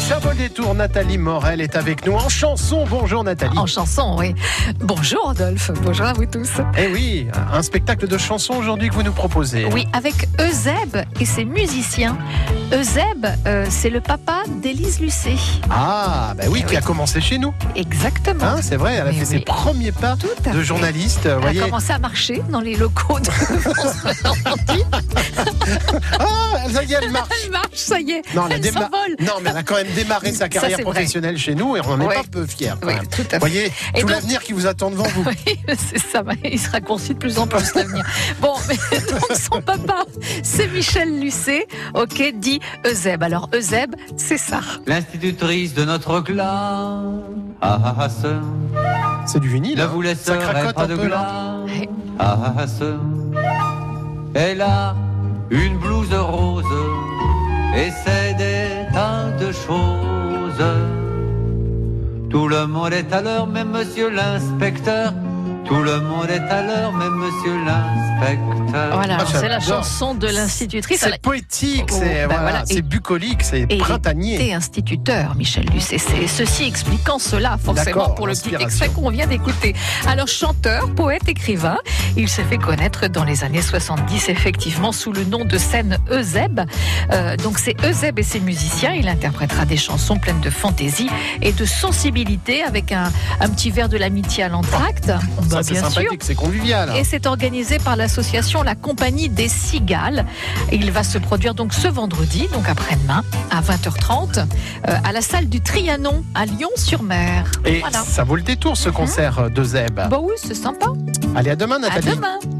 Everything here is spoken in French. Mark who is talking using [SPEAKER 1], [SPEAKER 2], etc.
[SPEAKER 1] Bonjour Nathalie Morel est avec nous en chanson. Bonjour Nathalie.
[SPEAKER 2] En chanson, oui. Bonjour Adolphe, bonjour à vous tous.
[SPEAKER 1] Eh oui, un spectacle de chansons aujourd'hui que vous nous proposez.
[SPEAKER 2] Oui, avec Eusèbe et ses musiciens. Eusèbe, euh, c'est le papa d'Élise Lucet.
[SPEAKER 1] Ah, bah oui,
[SPEAKER 2] Eh
[SPEAKER 1] qui a commencé chez nous.
[SPEAKER 2] Exactement.
[SPEAKER 1] Hein, c'est vrai, elle a
[SPEAKER 2] Mais
[SPEAKER 1] fait ses
[SPEAKER 2] oui.
[SPEAKER 1] premiers pas
[SPEAKER 2] Tout
[SPEAKER 1] de
[SPEAKER 2] à fait. Ah,
[SPEAKER 1] journaliste. vous
[SPEAKER 2] Elle
[SPEAKER 1] voyez.
[SPEAKER 2] a commencé à marcher dans les locaux de France Normandie.
[SPEAKER 1] Ah, ça y est, elle marche.
[SPEAKER 2] Elle marche, ça y est.
[SPEAKER 1] Non, elle a
[SPEAKER 2] elle
[SPEAKER 1] déma-
[SPEAKER 2] s'envole.
[SPEAKER 1] Non, mais elle a quand même démarré sa carrière
[SPEAKER 2] c'est vrai.
[SPEAKER 1] professionnelle chez nous et on en est
[SPEAKER 2] Ouais.
[SPEAKER 1] pas peu fiers. quand
[SPEAKER 2] Oui,
[SPEAKER 1] même.
[SPEAKER 2] tout à
[SPEAKER 1] Vous
[SPEAKER 2] fait.
[SPEAKER 1] voyez, tout
[SPEAKER 2] Et donc-
[SPEAKER 1] l'avenir qui vous attend devant vous.
[SPEAKER 2] Oui, c'est ça, il se raccourcit de plus en plus l'avenir. Bon, mais donc son papa, c'est Michel Lucet, ok, dit Eusèbe. Alors Eusèbe, c'est ça.
[SPEAKER 3] L'institutrice de notre classe. Ah ah ah sœur.
[SPEAKER 1] C'est du vinyle.
[SPEAKER 3] La
[SPEAKER 1] hein.
[SPEAKER 3] vous la
[SPEAKER 1] Ça
[SPEAKER 3] sœur est
[SPEAKER 1] cracote
[SPEAKER 3] pas
[SPEAKER 1] un
[SPEAKER 3] de
[SPEAKER 1] peu là.
[SPEAKER 3] glace. Ah ah ah sœur. Elle a une blouse rose et c'est des tas de choses. Tout le monde est à l'heure, même monsieur l'inspecteur. Tout le monde est à l'heure, même monsieur l'inspecteur.
[SPEAKER 2] Voilà,
[SPEAKER 1] Ah,
[SPEAKER 2] alors, c'est la
[SPEAKER 1] j'adore.
[SPEAKER 2] chanson de l'institutrice.
[SPEAKER 1] C'est poétique,
[SPEAKER 2] Oh,
[SPEAKER 1] c'est
[SPEAKER 2] bah
[SPEAKER 1] voilà,
[SPEAKER 2] voilà.
[SPEAKER 1] c'est
[SPEAKER 2] Et-
[SPEAKER 1] bucolique, c'est
[SPEAKER 2] Et il
[SPEAKER 1] printanier.
[SPEAKER 2] était instituteur, Michel Lucet. C'est ceci expliquant cela, forcément,
[SPEAKER 1] D'accord,
[SPEAKER 2] pour le petit
[SPEAKER 1] l'inspiration.
[SPEAKER 2] extrait qu'on vient d'écouter. Alors, chanteur, poète, écrivain, il s'est fait connaître dans les années 70, effectivement, sous le nom de scène Eusèbe. Euh, donc, c'est Eusèbe et ses musiciens. Il interprétera des chansons pleines de fantaisie et de sensibilité avec un, un petit verre de l'amitié à l'entracte.
[SPEAKER 1] Ça,
[SPEAKER 2] Bah,
[SPEAKER 1] c'est
[SPEAKER 2] bien sûr.
[SPEAKER 1] sympathique, c'est convivial. hein.
[SPEAKER 2] Et c'est organisé par l'association La Compagnie des Cigales. Il va se produire donc ce vendredi, donc après-demain, à 20h30, euh, à la salle du Trianon, à Lyon-sur-Mer.
[SPEAKER 1] Et
[SPEAKER 2] Voilà. Mhm.
[SPEAKER 1] ça vaut le détour ce concert de Zeb.
[SPEAKER 2] Bah oui, c'est sympa.
[SPEAKER 1] Allez, à demain
[SPEAKER 2] À
[SPEAKER 1] Nathalie.
[SPEAKER 2] demain.